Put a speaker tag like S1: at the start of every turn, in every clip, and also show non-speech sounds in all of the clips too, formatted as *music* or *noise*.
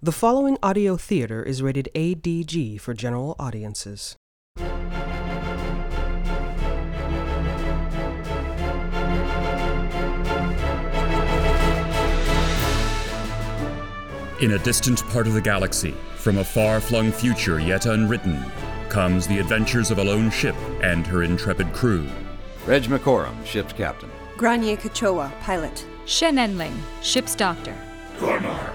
S1: The following audio theater is rated ADG for general audiences.
S2: In a distant part of the galaxy, from a far flung future yet unwritten, comes the adventures of a lone ship and her intrepid crew.
S3: Reg McCorum, ship's captain.
S4: Granier Kachowa, pilot.
S5: Shen Enling, ship's doctor.
S6: Gornar,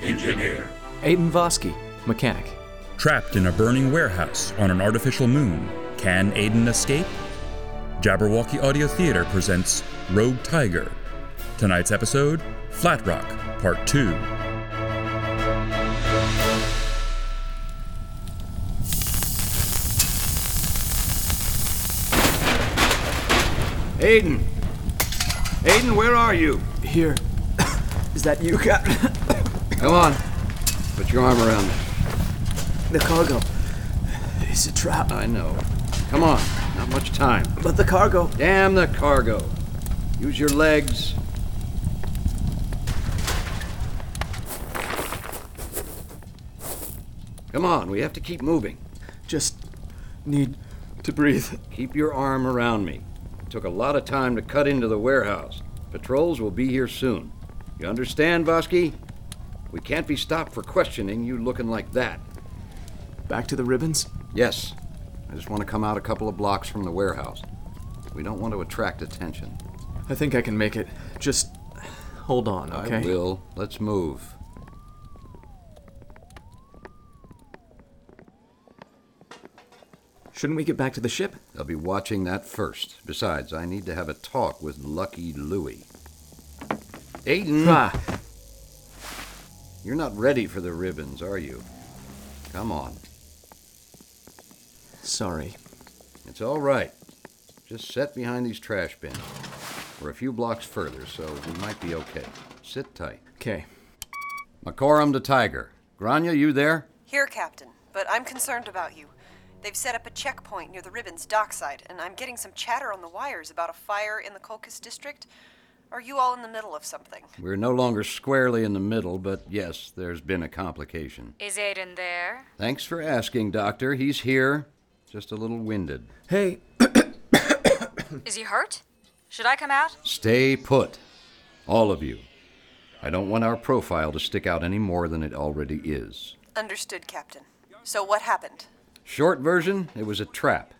S6: engineer.
S7: Aiden Vosky, mechanic.
S2: Trapped in a burning warehouse on an artificial moon, can Aiden escape? Jabberwocky Audio Theater presents Rogue Tiger. Tonight's episode Flat Rock, Part 2.
S3: Aiden! Aiden, where are you?
S7: Here. *coughs* Is that you, Captain? *coughs*
S3: Come on. Put your arm around me.
S7: the cargo. It's a trap.
S3: I know. Come on. Not much time.
S7: But the cargo.
S3: Damn the cargo. Use your legs. Come on, we have to keep moving.
S7: Just need to breathe.
S3: Keep your arm around me. It took a lot of time to cut into the warehouse. Patrols will be here soon. You understand, Bosky? We can't be stopped for questioning you looking like that.
S7: Back to the ribbons?
S3: Yes. I just want to come out a couple of blocks from the warehouse. We don't want to attract attention.
S7: I think I can make it. Just hold on, okay?
S3: I will. Let's move.
S7: Shouldn't we get back to the ship?
S3: They'll be watching that first. Besides, I need to have a talk with Lucky Louie. Aiden,
S7: Ah,
S3: you're not ready for the ribbons, are you? Come on.
S7: sorry.
S3: It's all right. Just set behind these trash bins. We're a few blocks further, so we might be okay. Sit tight.
S7: Okay.
S3: Macorum to Tiger. Grania, you there?
S4: Here, Captain, but I'm concerned about you. They've set up a checkpoint near the Ribbons dockside, and I'm getting some chatter on the wires about a fire in the Colchis district. Are you all in the middle of something?
S3: We're no longer squarely in the middle, but yes, there's been a complication.
S5: Is Aiden there?
S3: Thanks for asking, Doctor. He's here. Just a little winded.
S7: Hey,
S5: Is he hurt? Should I come out?
S3: Stay put. All of you. I don't want our profile to stick out any more than it already is.
S4: Understood, Captain. So what happened?
S3: Short version it was a trap.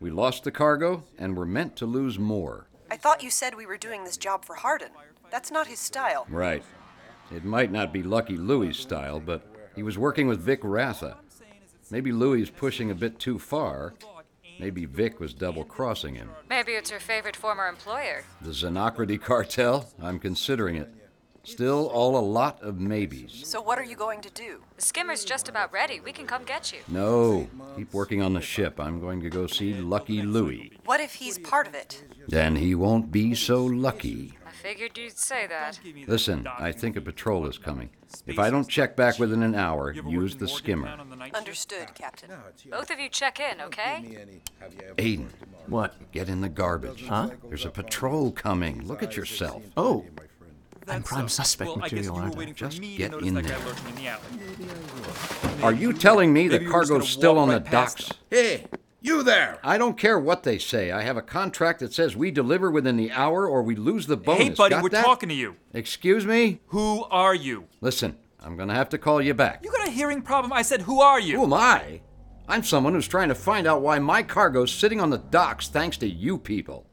S3: We lost the cargo and were meant to lose more.
S4: I thought you said we were doing this job for Hardin. That's not his style.
S3: Right. It might not be Lucky Louie's style, but he was working with Vic Ratha. Maybe Louie's pushing a bit too far. Maybe Vic was double crossing him.
S5: Maybe it's your favorite former employer.
S3: The Xenocrity *laughs* cartel? I'm considering it. Still, all a lot of maybes.
S4: So what are you going to do?
S5: The skimmer's just about ready. We can come get you.
S3: No, keep working on the ship. I'm going to go see Lucky Louie.
S4: What if he's part of it?
S3: Then he won't be so lucky.
S5: I figured you'd say that.
S3: Listen, I think a patrol is coming. If I don't check back within an hour, use the skimmer.
S4: Understood, Captain.
S5: Both of you check in, okay?
S3: Aiden,
S7: what?
S3: get in the garbage.
S7: Huh?
S3: There's a patrol coming. Look at yourself.
S7: Oh,
S8: I'm prime suspect material, aren't I?
S3: Just get in there.
S8: there.
S3: Are you telling me the
S8: Maybe you were
S3: cargo's
S8: just gonna
S3: still
S8: walk
S3: on the
S8: right past
S3: docks?
S8: them.
S6: Hey, you there!
S3: I don't care what they say. I have a contract that says we deliver within the hour or we lose the bonus.
S8: Hey, buddy,
S3: Got
S8: we're
S3: that?
S8: talking to you.
S3: Excuse me?
S8: Who are you?
S3: Listen, I'm going to have to call you back.
S8: You got a hearing problem? I said, who are
S3: Who
S8: you?
S3: am I? I'm someone who's trying to find out why my cargo's sitting on the docks thanks to you people.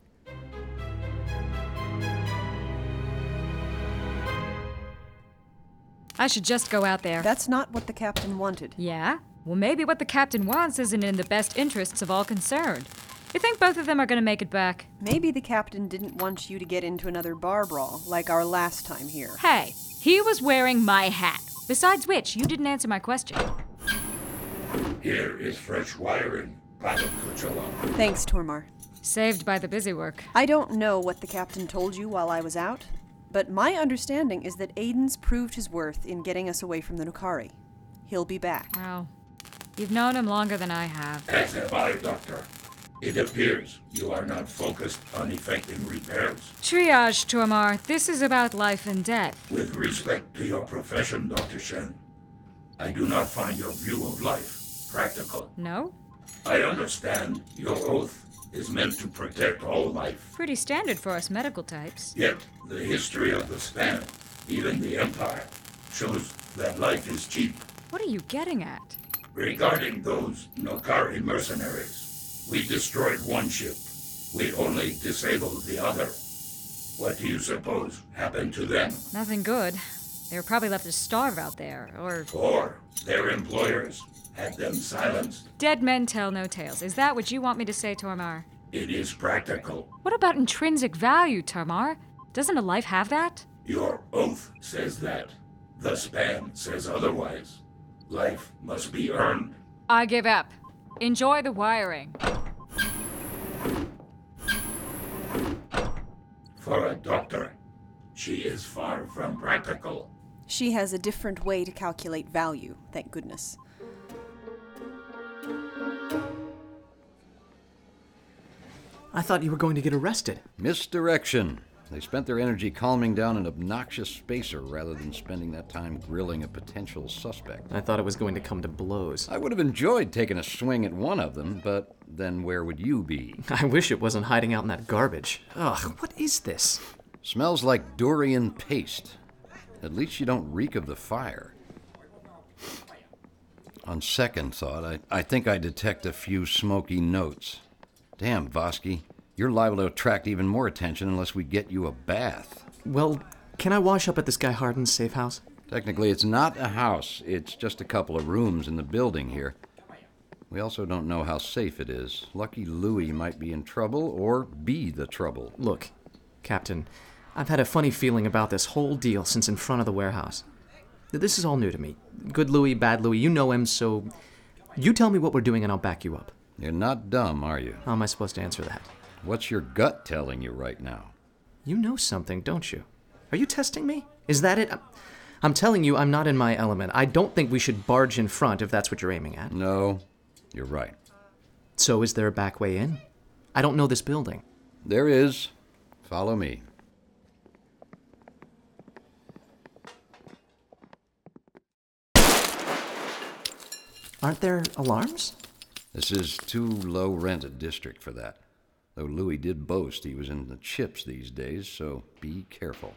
S5: I should just go out there.
S4: That's not what the captain wanted.
S5: Yeah? Well, maybe what the captain wants isn't in the best interests of all concerned. You think both of them are gonna make it back?
S4: Maybe the captain didn't want you to get into another bar brawl like our last time here.
S5: Hey, he was wearing my hat. Besides which, you didn't answer my question.
S6: Here is fresh wiring, Madam Kuchula.
S4: Thanks, Tormar.
S5: Saved by the busy work.
S4: I don't know what the captain told you while I was out, but my understanding is that Aiden's proved his worth in getting us away from the Nukari. He'll be back.
S5: Wow. You've known him longer than I have.
S6: As have I, Doctor. It appears you are not focused on effecting repairs.
S5: Triage, Tormar. This is about life and death.
S6: With respect to your profession, Dr. Shen, I do not find your view of life practical.
S5: No?
S6: I understand your oath is meant to protect all life.
S5: Pretty standard for us medical types.
S6: Yet the history of the span, even the empire, shows that life is cheap.
S5: What are you getting at?
S6: Regarding those Nokari mercenaries, we destroyed one ship. We only disabled the other. What do you suppose happened to them?
S5: Nothing good. They were probably left to starve out there, or
S6: Or their employers had them silenced?
S5: dead men tell no tales. Is that what you want me to say, Tormar?
S6: It is practical.
S5: What about intrinsic value, Tormar? Doesn't a life have that?
S6: Your oath says that. The span says otherwise. Life must be earned.
S5: I give up. Enjoy the wiring.
S6: For a doctor, she is far from practical.
S4: She has a different way to calculate value, thank goodness.
S7: I thought you were going to get arrested.
S3: Misdirection. They spent their energy calming down an obnoxious spacer rather than spending that time grilling a potential suspect.
S7: I thought it was going to come to blows. *laughs*
S3: I would have enjoyed taking a swing at one of them, but then where would you be?
S7: I wish it wasn't hiding out in that garbage. Ugh, what is this?
S3: Smells like durian paste. At least you don't reek of the fire. On second thought, I, I think I detect a few smoky notes. Damn, Vosky, you're liable to attract even more attention unless we get you a bath.
S7: Well, can I wash up at this guy Hardin's safe house?
S3: Technically, it's not a house, it's just a couple of rooms in the building here. We also don't know how safe it is. Lucky Louie might be in trouble or be the trouble.
S7: Look, Captain, I've had a funny feeling about this whole deal since in front of the warehouse. This is all new to me. Good Louis, bad Louis, you know him, so you tell me what we're doing and I'll back you up.
S3: You're not dumb, are you?
S7: How am I supposed to answer that?
S3: What's your gut telling you right now?
S7: You know something, don't you? Are you testing me? Is that it? I'm- I'm telling you, I'm not in my element. I don't think we should barge in front if that's what you're aiming at.
S3: No, you're right.
S7: So, is there a back way in? I don't know this building.
S3: There is. Follow me.
S7: Aren't there alarms?
S3: This is too low rent a district for that. Though Louis did boast he was in the chips these days, so be careful.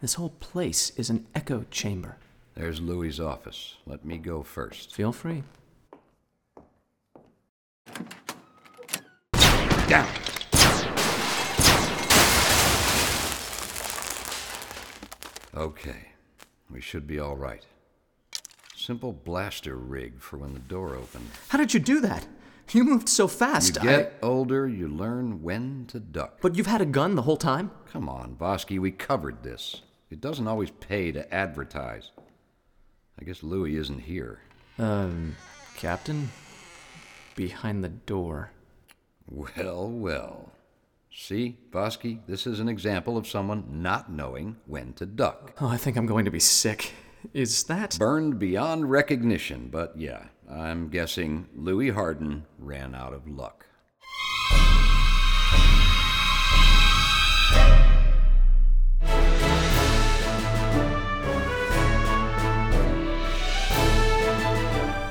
S7: This whole place is an echo chamber.
S3: There's Louis's office. Let me go first.
S7: Feel free.
S3: Down! Okay, we should be all right. Simple blaster rig for when the door opens.
S7: How did you do that? You moved so fast.
S3: You
S7: I-
S3: get older, you learn when to duck.
S7: But you've had a gun the whole time?
S3: Come on, Vosky, we covered this. It doesn't always pay to advertise. I guess Louis isn't here.
S7: Um, Captain? Behind the door.
S3: Well, well. See, Vosky, this is an example of someone not knowing when to duck.
S7: Oh, I think I'm going to be sick. Is that.
S3: Burned beyond recognition, but yeah, I'm guessing Louis Hardin ran out of luck.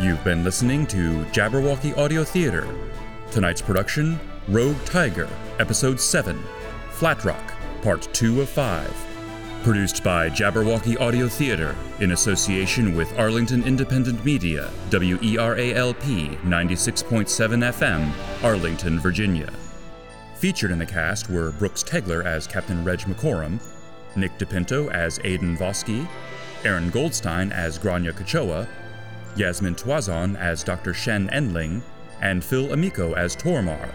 S2: You've been listening to Jabberwocky Audio Theater. Tonight's production Rogue Tiger, Episode 7, Flat Rock, Part 2 of 5. Produced by Jabberwocky Audio Theater in association with Arlington Independent Media, E WERALP 96.7 FM, Arlington, Virginia. Featured in the cast were Brooks Tegler as Captain Reg McCorum, Nick DePinto as Aidan Vosky, Aaron Goldstein as Grania Kachoa, Yasmin Tuazon as Dr. Shen Enling, and Phil Amico as Tormar,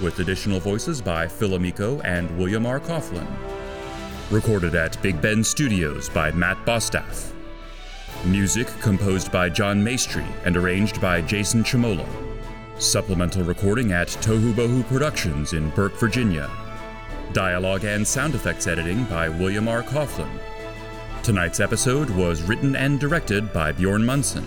S2: with additional voices by Phil Amico and William R. Coughlin. Recorded at Big Ben Studios by Matt Bostaff. Music composed by John Maestri and arranged by Jason Chimola. Supplemental recording at Tohu Bohu Productions in Burke, Virginia. Dialogue and sound effects editing by William R. Coughlin. Tonight's episode was written and directed by Bjorn Munson.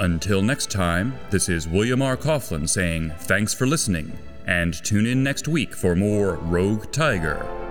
S2: Until next time, this is William R. Coughlin saying thanks for listening, and tune in next week for more Rogue Tiger.